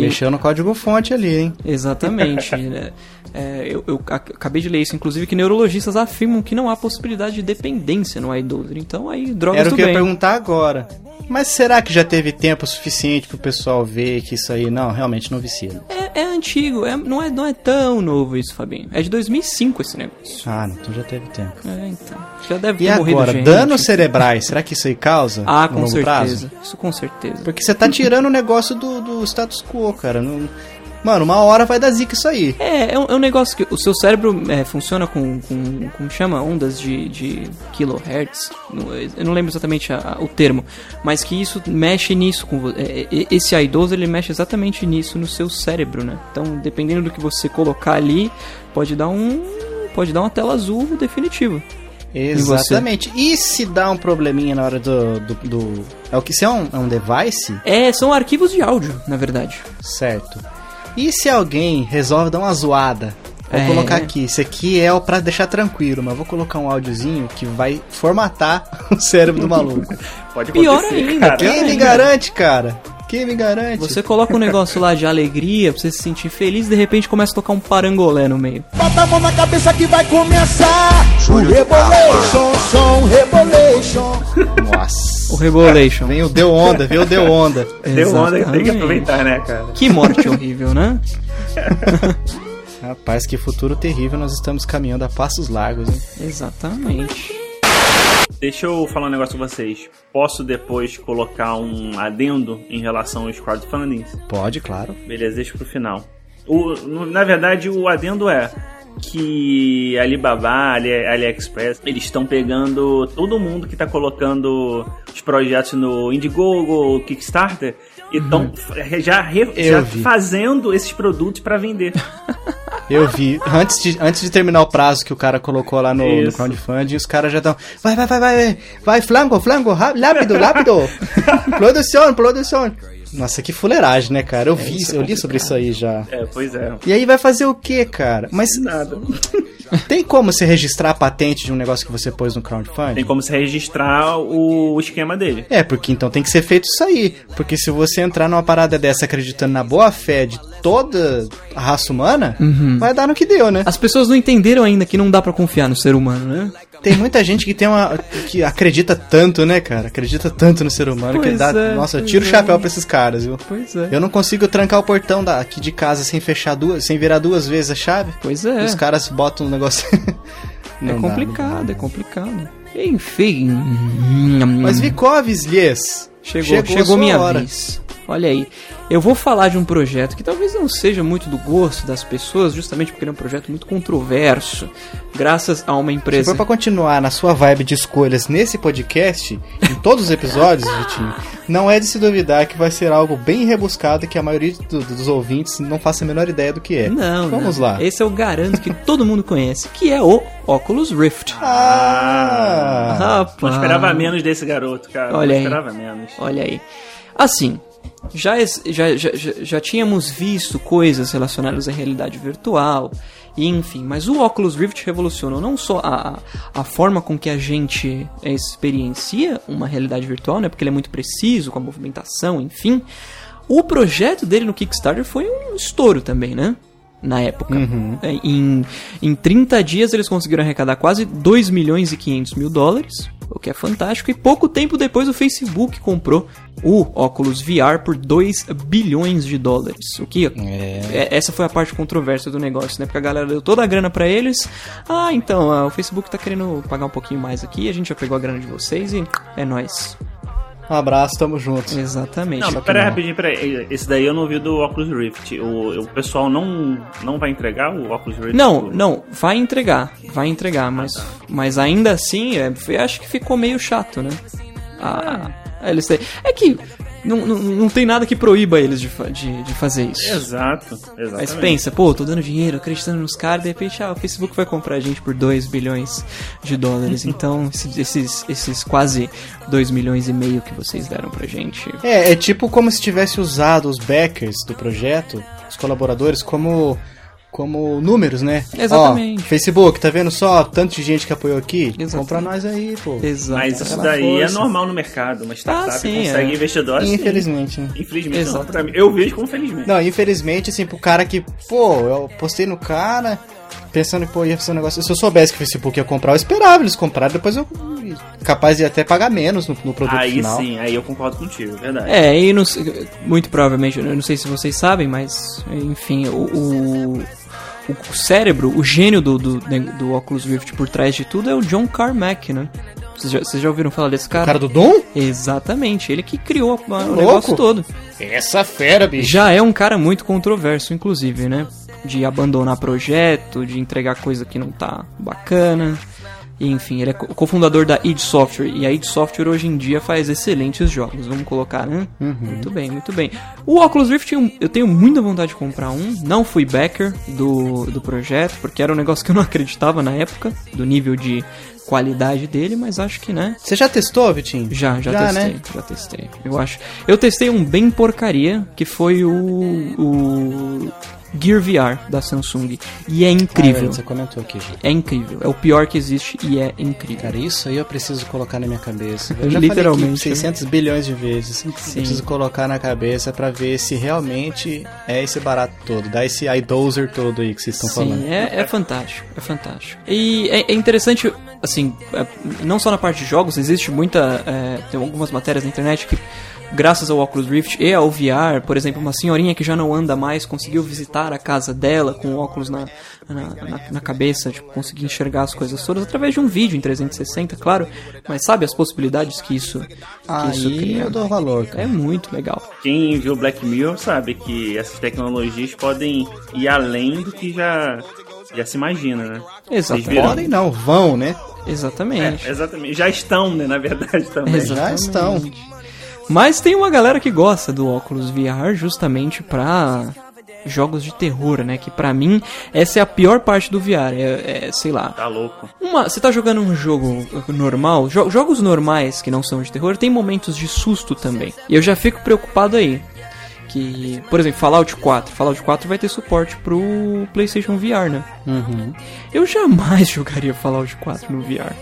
A: mexeu no código fonte ali, hein?
B: Exatamente. né? É, eu, eu ac- acabei de ler isso, inclusive, que neurologistas afirmam que não há possibilidade de dependência no iDozer. Então, aí, drogas
A: Era o
B: do
A: que eu ia
B: bem.
A: perguntar agora. Mas será que já teve tempo suficiente pro pessoal ver que isso aí, não, realmente não vicia?
B: É, é antigo, é- não, é, não é tão novo isso, Fabinho. É de 2005 esse negócio.
A: Ah, não, então já teve tempo.
B: É, então. Já deve ter
A: E
B: morrido
A: agora,
B: gente.
A: danos cerebrais, será que isso aí causa?
B: Ah,
A: no
B: com
A: longo prazo?
B: certeza. Isso com certeza.
A: Porque você tá tirando o negócio do, do status quo, cara. Não- Mano, uma hora vai dar zica isso aí.
B: É, é um, é um negócio que o seu cérebro é, funciona com, com, como chama? Ondas de, de kilohertz. Não, Eu não lembro exatamente a- a- o termo, mas que isso mexe nisso com vo- é, é, Esse idoso ele mexe exatamente nisso no seu cérebro, né? Então, dependendo do que você colocar ali, pode dar um, pode dar uma tela azul definitiva.
A: Exatamente. E se dá um probleminha na hora do. do, do- É o que? Se é um, é um device?
B: É, são arquivos de áudio, na verdade.
A: Certo. E se alguém resolve dar uma zoada? Vou
B: É.
A: colocar aqui. Isso aqui é o pra deixar tranquilo, mas vou colocar um áudiozinho que vai formatar o cérebro do maluco.
C: Pode
B: Pior
C: acontecer,
B: ainda,
C: cara.
B: pior
A: Quem me
B: ainda.
A: garante, cara? Quem me garante?
B: Você coloca um negócio lá de alegria pra você se sentir feliz e de repente começa a tocar um parangolé no meio.
F: Bota a mão na cabeça que vai começar o Rebolation, som, Rebolation.
B: O Rebolation.
A: Vem o Deu Onda, vem o Deu Onda.
C: Deu onda que tem que
B: Exatamente.
C: aproveitar, né, cara?
B: Que morte horrível, né?
A: Rapaz, que futuro terrível nós estamos caminhando a passos largos, hein?
B: Exatamente.
C: Deixa eu falar um negócio com vocês. Posso depois colocar um adendo em relação aos crowdfundings?
A: Pode, claro.
C: Beleza, deixa pro final. O- no- na verdade, o adendo é que Alibaba, Ali, AliExpress, eles estão pegando todo mundo que tá colocando os projetos no Indiegogo, Kickstarter, e estão já, re-
A: Uhum. Eu
C: já
A: vi.
C: fazendo esses produtos pra vender.
A: Eu vi. Antes de, antes de terminar o prazo que o cara colocou lá no, no
C: Isso.
A: crowdfunding, os caras já estão. Vai, vai, vai, vai, vai, vai, flango, flango, rá- rápido, rápido. produção, produção. Nossa, que fuleiragem, né, cara? Eu vi, eu li sobre isso aí já.
C: é, pois é.
A: E aí vai fazer o quê, cara? Mas
C: Nada.
A: tem como você registrar a patente de um negócio que você pôs no crowdfunding?
C: Tem como se registrar o, o esquema dele.
A: É, porque então tem que ser feito isso aí. Porque se você entrar numa parada dessa acreditando na boa fé de toda a raça humana,
C: Uhum.
A: vai dar no que deu, né?
B: As pessoas não entenderam ainda que não dá pra confiar no ser humano, né?
A: Tem muita gente que tem uma. que acredita tanto, né, cara? Acredita tanto no ser humano que
B: Pois
A: dá.
B: é,
A: nossa, eu
B: pois
A: tiro o
B: é.
A: chapéu pra esses caras, viu?
B: Pois é.
A: Eu não consigo trancar o portão da, aqui de casa sem fechar duas, sem virar duas vezes a chave.
B: Pois
A: E
B: é.
A: os caras botam um negócio. Não
B: é
A: dá, não
B: complicado,
A: dá.
B: é complicado. Enfim.
A: Mas Vicovis,
B: Hum.
A: Lies.
B: Chegou,
A: a
B: chegou,
A: sua
B: minha
A: hora.
B: vez. Olha aí, eu vou falar de um projeto que talvez não seja muito do gosto das pessoas, justamente porque ele é um projeto muito controverso, graças a uma
A: Se
B: empresa.
A: for pra continuar na sua vibe de escolhas nesse podcast, em todos os episódios, Vitinho, não é de se duvidar que vai ser algo bem rebuscado que a maioria do- dos ouvintes não faça a menor ideia do que é.
B: Não,
A: Vamos
B: não.
A: lá.
B: Esse eu garanto que todo mundo conhece, que é o Oculus Rift.
A: Ah!
B: Rapaz.
C: Não esperava menos desse garoto, cara.
B: Olha
C: não
B: aí.
C: esperava menos.
B: Olha aí. Assim, já, es- já, já, já- já tínhamos visto coisas relacionadas à realidade virtual, e enfim, mas o Oculus Rift revolucionou não só a, a- a forma com que a gente eh, experiencia uma realidade virtual, né? Porque ele é muito preciso, com a movimentação, enfim. O projeto dele no Kickstarter foi um estouro também, né? Na época. É, Em, em 30 dias eles conseguiram arrecadar quase 2 milhões e 500 mil dólares. o que é fantástico. E pouco tempo depois, o Facebook comprou o óculos VR por 2 bilhões de dólares. O que é, essa foi a parte controversa do negócio, né? Porque a galera deu toda a grana pra eles. Ah, então, ah, o Facebook tá querendo pagar um pouquinho mais aqui, a gente já pegou a grana de vocês e é nóis.
A: Um abraço, tamo junto.
B: Exatamente.
C: Não,
B: Só que
C: peraí, rapidinho, peraí. Esse daí eu não vi do Oculus Rift. O, o pessoal não, não vai entregar o Oculus Rift?
B: Não, não, vai entregar, vai entregar, mas, mas ainda assim, é, foi- acho que ficou meio chato, né? Ah, eles têm- é que não, não, não tem nada que proíba eles de, fa- de, de fazer isso.
C: Exato, exatamente.
B: Mas pensa, pô, tô dando dinheiro, acreditando nos caras, de repente ah, o Facebook vai comprar a gente por 2 bilhões de dólares. Então, esses, esses, esses quase 2 milhões e meio que vocês deram pra gente.
A: É, é tipo como se tivesse usado os backers do projeto, os colaboradores, como como números, né?
B: Exatamente.
A: Ó, Facebook, tá vendo só tanto de gente que apoiou aqui?
B: Exatamente.
A: Compra nós aí, pô.
B: Exato.
C: Mas isso
A: Aquela
C: daí é
A: força.
C: normal no mercado. Uma startup
B: né? Ah, sim,
C: consegue
B: é.
C: investidores. sim.
A: Infelizmente, né?
C: Infelizmente não.
B: Exato.
C: Pra mim, eu vejo como felizmente.
A: Não, infelizmente, assim, pro cara que, pô, eu postei no cara, pensando que pô, ia fazer um negócio. Se eu soubesse que o Facebook ia comprar, eu esperava eles comprar, depois eu. capaz de até pagar menos no, no produto
C: aí
A: final.
C: sim, aí eu concordo contigo, é verdade.
B: É, e não sei- muito provavelmente, eu não sei se vocês sabem, mas enfim, o, o, o cérebro, o gênio do, do, do Oculus Rift por trás de tudo é o John Carmack, né? Vocês já, vocês já ouviram falar desse
A: O
B: cara?
A: cara do Doom?
B: Exatamente, ele que criou a- o
A: louco.
B: negócio todo.
A: Essa fera, bicho.
B: Já é um cara muito controverso, inclusive, né? De abandonar projeto, de entregar coisa que não tá bacana. E, Enfim, ele é co- cofundador da id Software. E a id Software hoje em dia faz excelentes jogos, vamos colocar, né? Muito bem, muito bem. O Oculus Rift, eu- eu tenho muita vontade de comprar um. Não fui backer do, do projeto, porque era um negócio que eu não acreditava na época, do nível de qualidade dele, mas acho que, né?
A: Você já testou, Vitinho?
B: Já, já,
A: Já,
B: testei,
A: né?
B: já testei. Eu acho. Eu testei um bem porcaria, que foi o, o Gear VR da Samsung. E é incrível.
A: você comentou aqui, já.
B: é incrível. É o pior que existe e é incrível.
A: Cara, isso aí eu preciso colocar na minha cabeça.
B: Eu já Literalmente, né?
A: falei aqui 600 bilhões de vezes. Eu
B: Sim.
A: preciso colocar na cabeça pra ver se realmente é esse barato todo. Dá esse idoser todo aí que vocês estão
B: Sim,
A: falando.
B: é, é fantástico, é fantástico. E é, é interessante, assim, é, não só na parte de jogos, existe muita. é, tem algumas matérias na internet que, graças ao Oculus Rift e ao VR, por exemplo, uma senhorinha que já não anda mais conseguiu visitar a casa dela com o óculos na, na, na- na cabeça, tipo, conseguir enxergar as coisas todas através de um vídeo em 360, claro. Mas sabe as possibilidades que isso, que isso
A: Aí
B: cria?
A: eu dou valor,
B: É
A: cara.
B: muito legal.
C: Quem viu Black Mirror sabe que essas tecnologias podem ir além do que já, já se imagina, né?
B: Exatamente.
C: viram?
A: Podem não, vão, né?
B: Exatamente.
C: É, exatamente. Já estão, né, na verdade, também.
A: Exato. Já estão.
B: Mas tem uma galera que gosta do óculos VR justamente pra jogos de terror, né? Que pra mim essa é a pior parte do VR. É, é, sei lá.
C: Tá louco.
B: Uma, você tá jogando um jogo normal, jo- jogos normais que não são de terror, tem momentos de susto também. E eu já fico preocupado aí. Que, por exemplo, Fallout 4. Fallout 4 vai ter suporte pro PlayStation VR, né? Eu jamais jogaria Fallout 4 no VR.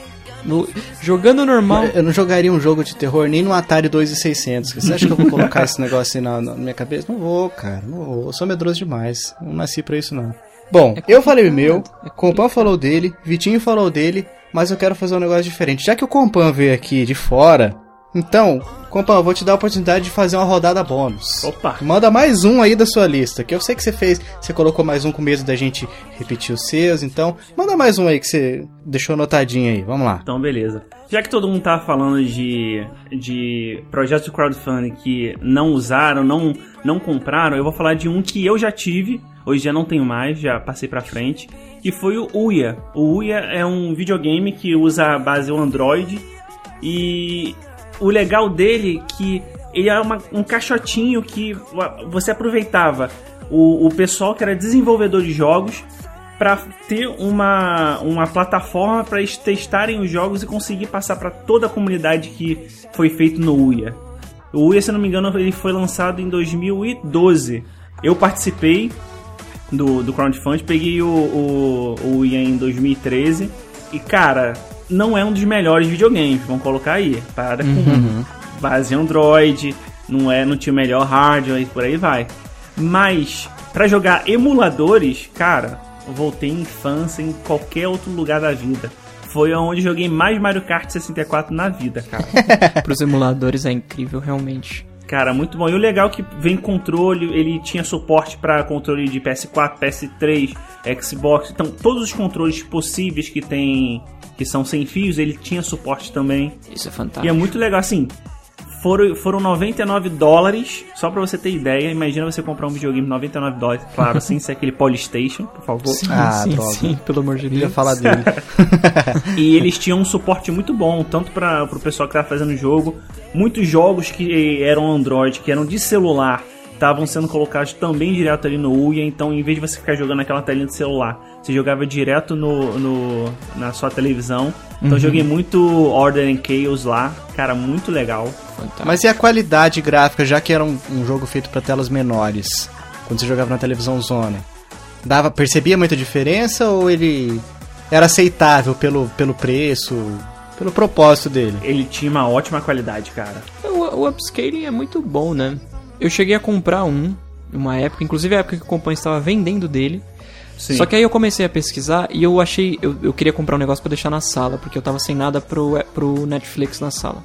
B: No- jogando normal.
A: Eu não jogaria um jogo de terror nem no Atari 2600. Você acha que eu vou colocar esse negócio aí na, na minha cabeça? Não vou, cara. Não vou. Eu sou medroso demais. Não nasci pra isso, não. Bom, eu falei o meu, o Compan falou dele, Vitinho falou dele, mas eu quero fazer um negócio diferente. Já que o Compan veio aqui de fora, então, Compan, eu vou te dar a oportunidade de fazer uma rodada bônus.
C: Opa.
A: Manda mais um aí da sua lista, que eu sei que você fez, você colocou mais um com medo da gente repetir os seus, então, manda mais um aí que você deixou anotadinho aí. Vamos lá.
C: Então, beleza. Já que todo mundo tá falando de, de projetos de crowdfunding que não usaram, não, não compraram, eu vou falar de um que eu já tive, hoje já não tenho mais, já passei pra frente, que foi o Uia. O Uia é um videogame que usa a base Android e o legal dele é que ele é uma- um caixotinho que você aproveitava o, o pessoal que era desenvolvedor de jogos para ter uma, uma plataforma para eles testarem os jogos e conseguir passar para toda a comunidade que foi feito no UIA. O UIA, se eu não me engano, ele foi lançado em 2012. Eu participei do, do crowdfunding, peguei o, o, o Ian em 2013 e, cara, não é um dos melhores videogames, vamos colocar aí. Parada é com base Android, não é, não tinha o melhor hardware e por aí vai. Mas, pra jogar emuladores, cara, eu voltei à infância em qualquer outro lugar da vida. Foi onde joguei mais Mario Kart 64 na vida, cara.
B: Pros emuladores é incrível, realmente.
C: Cara, muito bom. E o legal é que vem controle, ele tinha suporte para controle de PS4, PS3, Xbox. Então, todos os controles possíveis que tem que são sem fios, ele tinha suporte também.
B: Isso é fantástico.
C: E é muito legal assim. Foram, foram 99 dólares, só pra você ter ideia. Imagina você comprar um videogame 99 dólares, claro, sem ser aquele Polystation, por favor.
B: Sim,
A: Ah,
B: sim,
A: droga.
B: sim, pelo amor de
A: Eu ia
B: Deus.
A: falar dele.
C: E eles tinham um suporte muito bom, tanto para o pessoal que estava fazendo o jogo. Muitos jogos que eram Android, que eram de celular, estavam sendo colocados também direto ali no UIA. Então, em vez de você ficar jogando aquela telinha de celular, você jogava direto no, no- na sua televisão. Então, eu joguei muito Order and Chaos lá. Cara, muito legal.
B: Fantástico.
A: Mas e a qualidade gráfica, já que era um, um jogo feito pra telas menores, quando você jogava na televisão Zona? Dava, percebia muita diferença ou ele era aceitável pelo, pelo preço, pelo propósito dele?
C: Ele tinha uma ótima qualidade, cara.
B: O, o upscaling é muito bom, né? Eu cheguei a comprar um, numa época, inclusive a época que o companheiro estava vendendo dele.
C: Sim.
B: Só que aí eu comecei a pesquisar e eu achei. Eu, eu queria comprar um negócio pra deixar na sala, porque eu tava sem nada pro, pro Netflix na sala.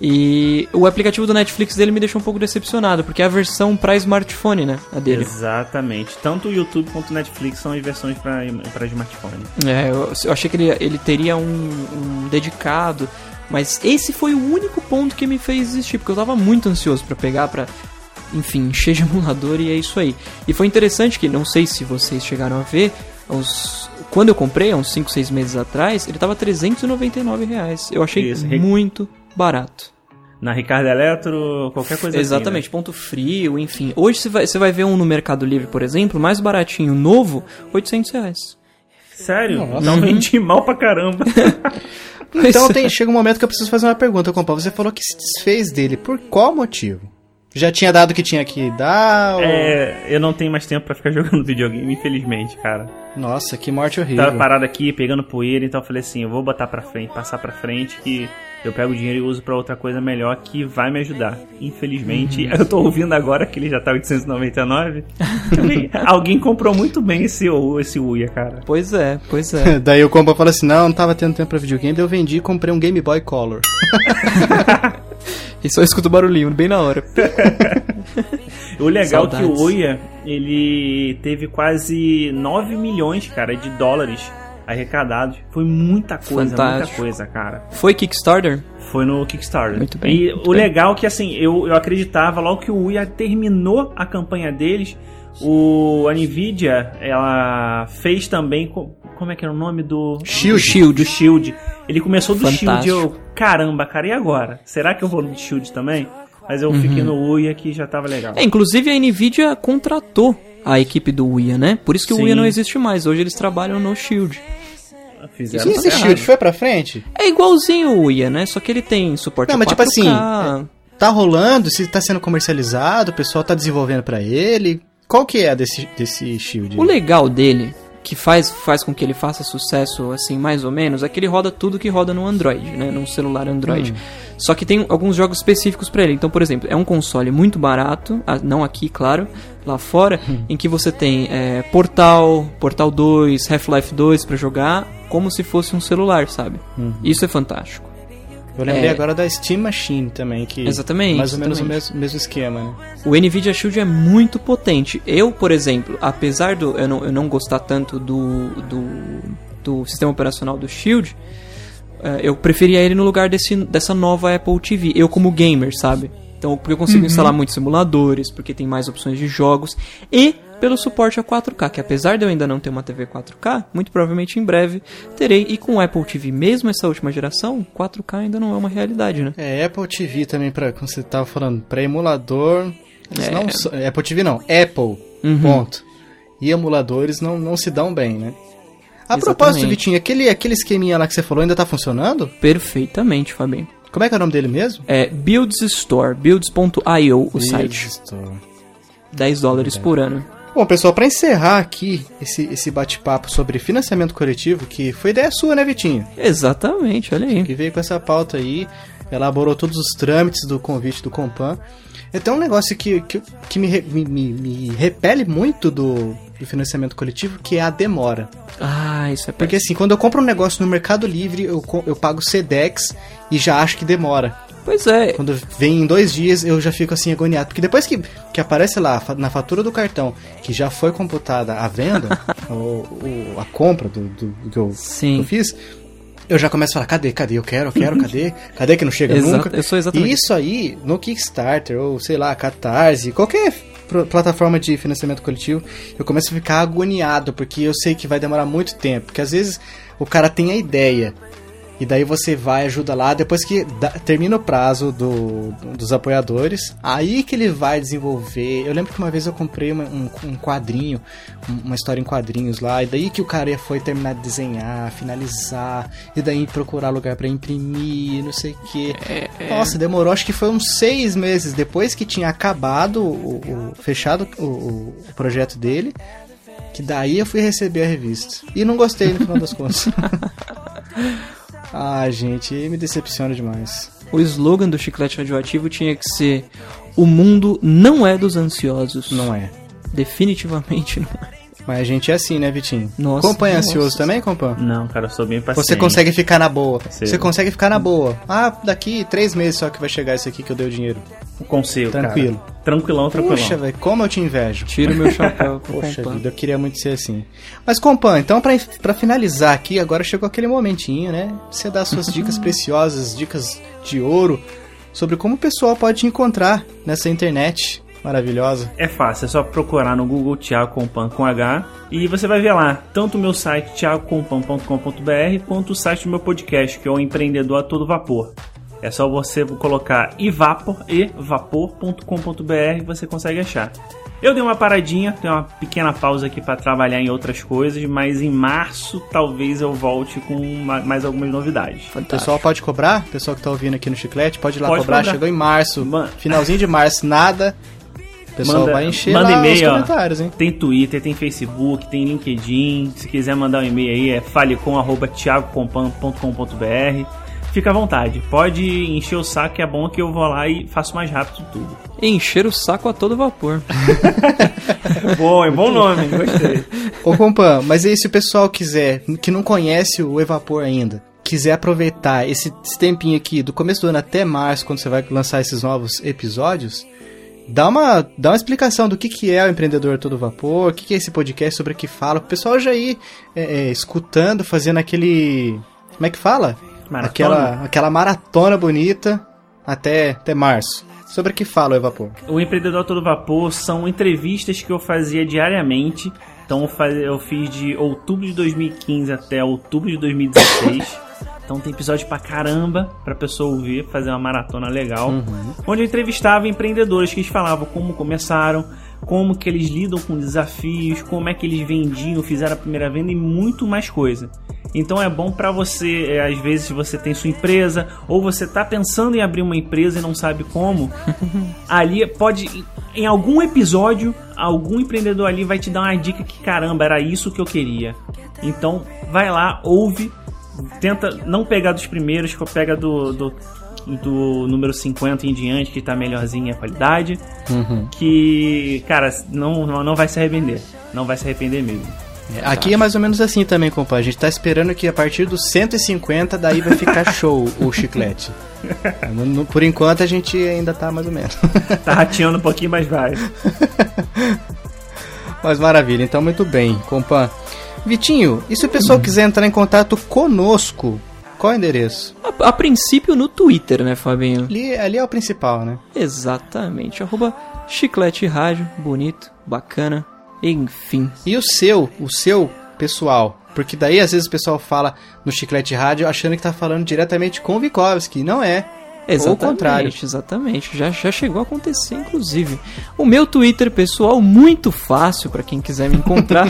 B: E o aplicativo do Netflix dele me deixou um pouco decepcionado, porque é a versão pra smartphone, né? A dele.
C: Exatamente. Tanto o YouTube quanto o Netflix são as versões para smartphone.
B: É, eu, eu achei que ele, ele teria um, um dedicado, mas esse foi o único ponto que me fez desistir, porque eu tava muito ansioso pra pegar, pra, enfim, encher de emulador e é isso aí. E foi interessante que, não sei se vocês chegaram a ver, uns- quando eu comprei, há uns 5, 6 meses atrás, ele tava 399 reais. Eu achei
C: Isso, re-
B: muito barato.
C: Na Ricardo Eletro, qualquer coisa assim, né?
B: Exatamente, ponto frio, enfim. Hoje você vai, você vai ver um no Mercado Livre, por exemplo, mais baratinho, novo, 800 reais.
C: Sério? Não vendi mal pra caramba. é.
A: Então tem- chega um momento que eu preciso fazer uma pergunta, compa. Você falou que se desfez dele, por qual motivo? Já tinha dado o que tinha que dar? ou-
C: É, eu não tenho mais tempo pra ficar jogando videogame, infelizmente, cara.
A: Nossa, que morte horrível.
C: Tava parado aqui, pegando poeira, então eu falei assim, eu vou botar pra frente, passar pra frente que eu pego o dinheiro e uso pra outra coisa melhor que vai me ajudar. Infelizmente,
B: Uhum.
C: eu tô ouvindo agora que ele já tá 899. Também, Alguém comprou muito bem esse, U- esse Uia, cara.
B: Pois é, pois é.
A: Daí o compa falou assim, não, não tava tendo tempo pra videogame, daí eu vendi e comprei um Game Boy Color.
B: E só escuta o barulhinho bem na hora.
C: O legal é que
B: Saudades.
C: o Uia, ele teve quase 9 milhões, cara, de dólares arrecadados. Foi muita coisa, muita
B: Fantástico.
C: coisa, cara.
B: Foi Kickstarter?
C: Foi no Kickstarter.
B: Muito bem,
C: E
B: muito
C: o
B: bem.
C: legal é que, assim, eu, eu acreditava logo que o Uia terminou a campanha deles. O, a Nvidia, ela fez também. co- Como é que era o nome do.
A: Shield.
C: Do Shield. Ele começou do
B: Fantástico.
C: Shield. Eu, caramba, cara, e agora? Será que eu vou no Shield também? Mas eu fiquei
B: Uhum.
C: no Uia que já tava legal.
B: É, inclusive a Nvidia contratou a equipe do Uia, né? Por isso que
C: Sim.
B: o Uia não existe mais. Hoje eles trabalham no Shield.
C: Fizeram
A: E esse
C: certo.
A: Shield foi pra frente?
B: É igualzinho o Uia, né? Só que ele tem suporte
A: Não,
B: a
A: mas tipo
B: 4K.
A: Tá rolando? Se tá sendo comercializado, o pessoal tá desenvolvendo pra ele? Qual que é a desse, desse Shield?
B: O legal dele, que faz, faz com que ele faça sucesso, assim, mais ou menos, é que ele roda tudo que roda no Android, né? Num celular Android. Só que tem alguns jogos específicos pra ele. Então, por exemplo, é um console muito barato, ah, não aqui, claro, lá fora, em que você tem é, Portal, Portal 2, Half-Life 2 pra jogar, como se fosse um celular, sabe? Isso é fantástico.
A: Eu lembrei
B: é-
A: agora da Steam Machine também, que
B: Exatamente,
A: mais ou menos o
B: exatamente.
A: mesmo, mesmo esquema, né?
B: O Nvidia Shield é muito potente. Eu, por exemplo, apesar do eu não, eu não gostar tanto do, do, do sistema operacional do Shield, eh, eu preferia ele no lugar desse, dessa nova Apple TV. Eu como gamer, sabe? Então, porque eu consigo instalar muitos simuladores, porque tem mais opções de jogos e pelo suporte a 4K, que apesar de eu ainda não ter uma TV 4K, muito provavelmente em breve terei. E com o Apple TV, mesmo essa última geração, 4K ainda não é uma realidade, né?
A: É, Apple TV também, pra, como você tava falando, pra emulador... Eles
B: É.
A: não são- Apple TV não, Apple,
B: Uhum.
A: ponto. E emuladores não, não se dão bem, né? A propósito,
B: Exatamente.
A: Vitinho, aquele, aquele esqueminha lá que você falou ainda tá funcionando?
B: Perfeitamente, Fabinho.
A: Como é que é o nome dele mesmo?
B: É Builds Store, builds.io, o site.
A: Existo.
B: 10 dólares por ano.
A: Bom, pessoal, pra encerrar aqui esse, esse bate-papo sobre financiamento coletivo, que foi ideia sua, né, Vitinho?
B: Exatamente, olha aí.
A: Que veio com essa pauta aí, elaborou todos os trâmites do convite do É Compan. Então, um negócio que, que, que me, re- me, me- me repele muito do, do financiamento coletivo, que é a demora.
B: Ah, isso é
A: Porque assim, quando eu compro um negócio no Mercado Livre, eu, co- eu pago Sedex e já acho que demora.
B: Pois é.
A: Quando vem em dois dias, eu já fico assim agoniado. Porque depois que, que aparece lá fa- na fatura do cartão que já foi computada a venda, ou, ou a compra do, do- do que eu,
B: Sim.
A: eu fiz, eu já começo a falar: cadê, cadê? Eu quero, eu quero, cadê? Cadê que não chega
B: Exato,
A: nunca?
B: eu sou exatamente-
A: E isso aí, no Kickstarter, ou sei lá, Catarse, qualquer pro- plataforma de financiamento coletivo, eu começo a ficar agoniado, porque eu sei que vai demorar muito tempo. Porque às vezes o cara tem a ideia. E daí você vai, ajuda lá, depois que dá- termina o prazo do, dos apoiadores, aí que ele vai desenvolver. Eu lembro que uma vez eu comprei uma- um, um quadrinho, um- uma história em quadrinhos lá, e daí que o cara foi terminar de desenhar, finalizar, e daí procurar lugar pra imprimir, não sei o quê. Nossa, demorou, acho que foi uns seis meses depois que tinha acabado, o, o- fechado o- o- o projeto dele, que daí eu fui receber a revista. E não gostei no final das contas. ah, gente, me decepciona demais.
B: O slogan do chiclete radioativo tinha que ser: O mundo não é dos ansiosos.
A: Não é.
B: Definitivamente não é.
A: Mas a gente é assim, né, Vitinho?
B: Nossa,
A: Companhia ansioso
B: nossa.
A: também, Compan?
C: Não, cara, eu sou bem paciente.
A: Você consegue ficar na boa.
C: Assim. Sim.
A: Você consegue ficar na boa. Ah, daqui três meses só que vai chegar isso aqui que eu dei o dinheiro.
C: Consigo,
A: Tranquilo.
C: cara. Tranquilão, tranquilão.
A: Poxa, velho, como eu te invejo.
B: Tiro meu chapéu pro
A: Poxa
B: Compan.
A: vida, eu queria muito ser assim. Mas, Compan, então, pra, pra finalizar aqui, agora chegou aquele momentinho, né? Você dá suas dicas preciosas, dicas de ouro, sobre como o pessoal pode te encontrar nessa internet maravilhosa.
C: É fácil, é só procurar no Google Thiago Compan com H e você vai ver lá tanto o meu site thiagocompan.com.br quanto o site do meu podcast, que é o Empreendedor a Todo Vapor. É só você colocar ivapor e vapor.com.br e você consegue achar. Eu dei uma paradinha, tenho uma pequena pausa aqui para trabalhar em outras coisas, mas em março talvez eu volte com ma- mais algumas novidades.
A: O pessoal pode cobrar? O pessoal que tá ouvindo aqui no Chiclete, pode ir lá
C: Pode
A: cobrar.
C: cobrar.
A: Chegou em março,
C: Man-
A: finalzinho de março, nada. O pessoal vai encher
C: manda
A: lá os
C: e-mail, ó.
A: comentários, hein?
C: Tem Twitter, tem Facebook, tem LinkedIn. Se quiser mandar um e-mail aí é falecom@tiagocompan.com.br. Fica à vontade, pode encher o saco, que é bom que eu vou lá e faço mais rápido tudo.
B: Encher o saco a todo vapor.
C: bom, é bom nome, gostei.
A: Ô, Compan, mas aí se o pessoal quiser, que não conhece o Evapor ainda, quiser aproveitar esse, esse tempinho aqui, do começo do ano até março, quando você vai lançar esses novos episódios, dá uma, dá uma explicação do que, que é o Empreendedor Todo Vapor, o que, que é esse podcast, sobre o que fala, o pessoal já ir é, é, escutando, fazendo aquele... como é que fala?
C: Maratona.
A: Aquela, aquela maratona bonita até, até março. Sobre o que fala o Evapor.
C: O Empreendedor a Todo Vapor são entrevistas que eu fazia diariamente. Então eu, faz- eu fiz de outubro de 2015 até outubro de 2016. Então tem episódio pra caramba pra pessoa ouvir, fazer uma maratona legal. Onde eu entrevistava empreendedores que eles falavam como começaram, como que eles lidam com desafios, como é que eles vendiam, fizeram a primeira venda e muito mais coisa. Então é bom pra você, é, às vezes você tem sua empresa ou você tá pensando em abrir uma empresa e não sabe como, ali pode em algum episódio algum empreendedor ali vai te dar uma dica que caramba era isso que eu queria então vai lá ouve tenta não pegar dos primeiros que pega do, do do número 50 em diante que tá melhorzinha a qualidade que cara não não vai se arrepender não vai se arrepender mesmo
A: Aqui é mais ou menos assim também, compadre. A gente tá esperando que a partir dos 150 daí vai ficar show o chiclete. No- no- por enquanto a gente ainda tá mais ou menos.
C: tá rateando um pouquinho mas vai
A: Mas maravilha, então muito bem, compa. Vitinho, e se o pessoal quiser entrar em contato conosco, qual é o endereço?
B: A, a princípio no Twitter, né, Fabinho?
A: Ali, ali é o principal, né?
B: Exatamente. Arroba chiclete rádio, bonito, bacana, enfim.
A: E o seu, o seu pessoal. Porque daí às vezes o pessoal fala no Chiclete Rádio achando que tá falando diretamente com o Vikovski. Não é. Ou o
B: Exatamente,
A: contrário.
B: exatamente. Já, já chegou a acontecer, inclusive. O meu Twitter pessoal, muito fácil pra quem quiser me encontrar,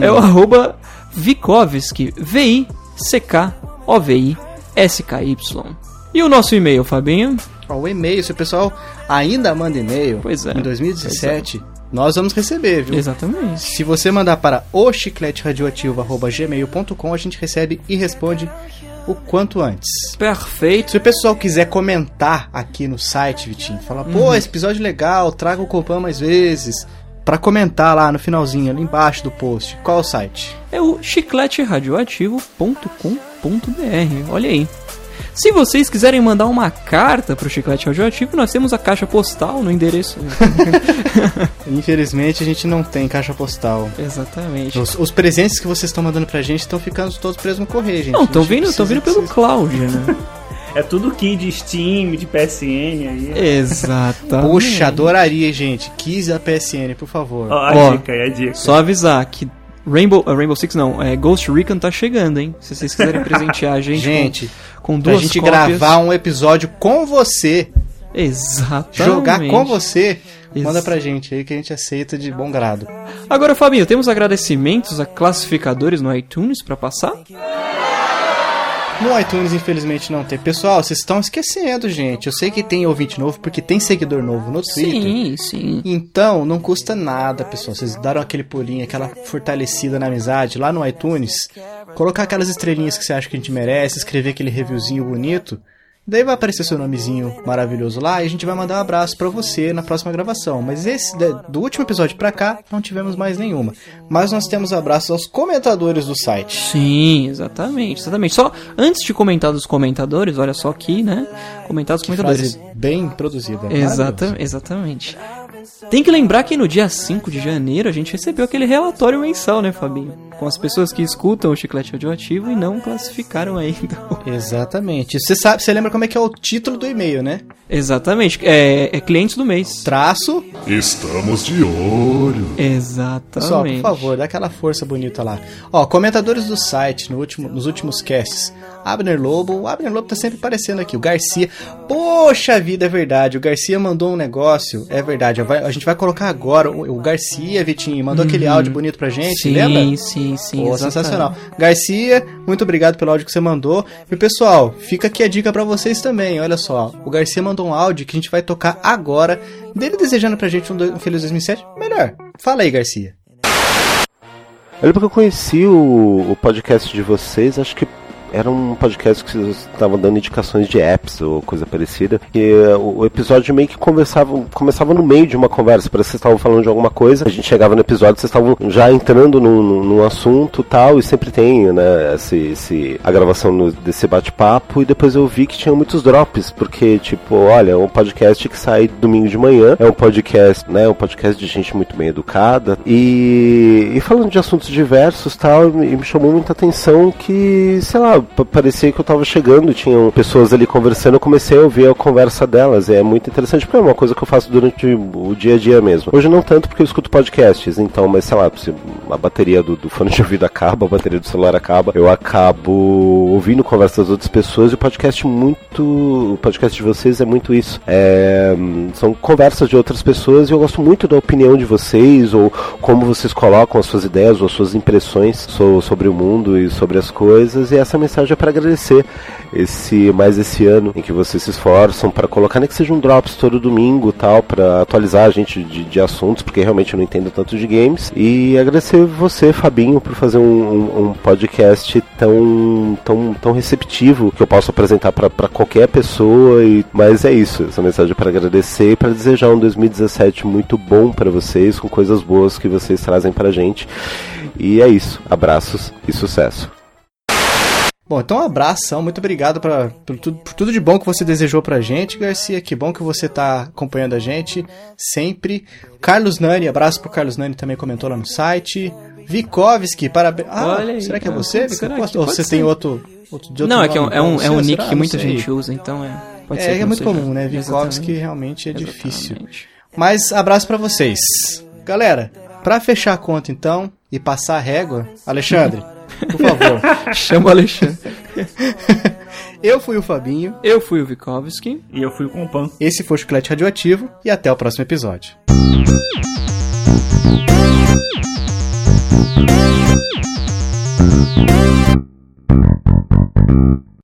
B: é o arroba Vikovski, V-I-C-K-O-V-I-S-K-Y. E o nosso e-mail, Fabinho?
A: Ó, o e-mail, se o pessoal ainda manda e-mail,
B: Pois é.
A: em 2017, nós vamos receber, viu?
B: Exatamente.
A: Se você mandar para o gmail.com, a gente recebe e responde o quanto antes.
B: Perfeito.
A: Se o pessoal quiser
B: Uhum.
A: é comentar aqui no site, Vitinho, falar, pô, esse episódio legal, traga o Copan mais vezes. para comentar lá no finalzinho, ali embaixo do post. Qual é o site?
B: É o chicleteradioativo.com.br. Olha aí. Se vocês quiserem mandar uma carta pro Chiclete Radioativo, nós temos a caixa postal no endereço.
A: Infelizmente a gente não tem caixa postal.
B: Exatamente.
A: Os, os presentes que vocês estão mandando pra gente estão ficando todos presos no correio, gente.
B: Não, estão
A: A gente
B: vindo, tão
A: precisa-
B: vindo pelo
A: precisa-
B: cloud, né?
C: É tudo key de Steam, de PSN aí.
B: Exatamente.
A: Poxa, adoraria, gente. Quis a PSN, por favor.
C: Ó, a
B: Ó.
C: dica aí, a dica.
B: Só avisar que Rainbow, ah, Rainbow Six não, é Ghost Recon tá chegando, hein? Se vocês quiserem presentear a gente,
A: Gente,
B: com, com
A: pra
B: duas
A: gente
B: cópias.
A: gravar um episódio com você,
B: Exatamente.
A: jogar com você,
B: Isso.
A: manda pra gente aí que a gente aceita de bom grado.
B: Agora, Fabinho, temos agradecimentos a classificadores no iTunes pra passar?
A: No iTunes, infelizmente, não tem. Pessoal, vocês estão esquecendo, gente. Eu sei que tem ouvinte novo, porque tem seguidor novo no Twitter.
B: sim.
A: Então, não custa nada, pessoal. Vocês deram aquele pulinho, aquela fortalecida na amizade lá no iTunes. Colocar aquelas estrelinhas que você acha que a gente merece, escrever aquele reviewzinho bonito. Daí vai aparecer seu nomezinho maravilhoso lá e a gente vai mandar um abraço pra você na próxima gravação. Mas esse da- do último episódio pra cá não tivemos mais nenhuma. Mas nós temos abraços aos comentadores do site.
B: Sim, exatamente, exatamente. Só antes de comentar dos comentadores, olha só aqui, né? Comentar dos comentadores.
A: Frase bem produzida. né?
B: Exata, exatamente. Tem que lembrar que no dia 5 de janeiro a gente recebeu aquele relatório mensal, né, Fabinho? Com as pessoas que escutam o Chiclete Radioativo e não classificaram ainda.
A: Exatamente. Você sabe, você lembra como é que é o título do e-mail, né?
B: Exatamente, é, é clientes do mês.
A: Traço.
E: Estamos de olho.
B: Exatamente.
A: Pessoal, por favor, dá aquela força bonita lá. Ó, comentadores do site no último, nos últimos casts. Abner Lobo, o Abner Lobo tá sempre aparecendo aqui. O Garcia, poxa vida, é verdade. O Garcia mandou um negócio, é verdade. vai- a gente vai colocar agora. O, o Garcia, Vitinho, mandou aquele áudio bonito pra gente,
B: Uhum. sim,
A: lembra?
B: sim, sim,
A: Pô,
B: exatamente.
A: sensacional. Garcia, muito obrigado pelo áudio que você mandou. E pessoal, fica aqui a dica pra vocês também. Olha só, o Garcia mandou um áudio que a gente vai tocar agora, dele desejando pra gente um, do- um feliz 2007. Melhor, fala aí, Garcia.
G: Eu lembro que eu conheci o, o podcast de vocês, acho que era um podcast que vocês estavam dando indicações de apps ou coisa parecida. E eh, o o episódio meio que conversava, começava no meio de uma conversa. Parece que vocês estavam falando de alguma coisa. A gente chegava no episódio, vocês estavam já entrando num, num- num assunto tal. E sempre tem, né, esse, esse- a gravação no- desse bate-papo. E depois eu vi que tinha muitos drops. Porque, tipo, olha, é um podcast que sai domingo de manhã. É um podcast, né? É um podcast de gente muito bem educada. E, e falando de assuntos diversos tal, e me chamou muita atenção que, sei lá, pa- parecia que eu tava chegando, tinham pessoas ali conversando, eu comecei a ouvir a conversa delas. É muito interessante, porque é uma coisa que eu faço durante o dia a dia mesmo. Hoje não tanto porque eu escuto podcasts, então, mas sei lá, se a bateria do, do fone de ouvido acaba, a bateria do celular acaba, eu acabo ouvindo conversas das outras pessoas e o podcast muito. O podcast de vocês é muito isso. É, hum, são conversas de outras pessoas e eu gosto muito da opinião de vocês, ou como vocês colocam as suas ideias ou as suas impressões so- sobre o mundo e sobre as coisas. E essa mensagem é para agradecer esse mais esse ano em que vocês se esforçam para colocar, nem que seja um drops todo domingo tal, para atualizar a gente de, de assuntos, porque realmente eu não entendo tanto de games. E agradecer você, Fabinho, por fazer um, um- um podcast tão, tão, tão receptivo que eu posso apresentar para qualquer pessoa. E, mas é isso, essa mensagem é para agradecer e para desejar um 2017 muito bom para vocês, com coisas boas que vocês trazem para gente. E é isso, abraços e sucesso.
A: Bom, então um abração, muito obrigado pra, por, tudo, por tudo de bom que você desejou pra gente, Garcia. Que bom que você tá acompanhando a gente sempre. Carlos Nani, abraço pro Carlos Nani, também comentou lá no site. Vikovski, parabéns. Ah,
B: Olha aí,
A: será que é
B: cara.
A: você?
B: Será
A: Vikovski?
B: que
A: Ou
B: pode
A: você
B: ser?
A: tem outro, outro de outro
B: Não, é que é um,
A: nome
B: é um,
A: pra
B: é um
A: você?
B: nick
A: Será?
B: que muita
A: Não sei.
B: gente usa, então é. Pode ser
A: É,
B: que
A: é
B: não
A: muito
B: seja.
A: comum, né? Vikovski
B: Exatamente.
A: realmente é difícil.
B: Exatamente.
A: Mas abraço pra vocês. Galera, pra fechar a conta então e passar a régua, Alexandre, por favor.
B: Chama o Alexandre.
A: Eu fui o Fabinho,
B: Eu fui o Vikovski.
C: E eu fui com o Pan.
A: esse foi o Chiclete Radioativo e até o próximo episódio.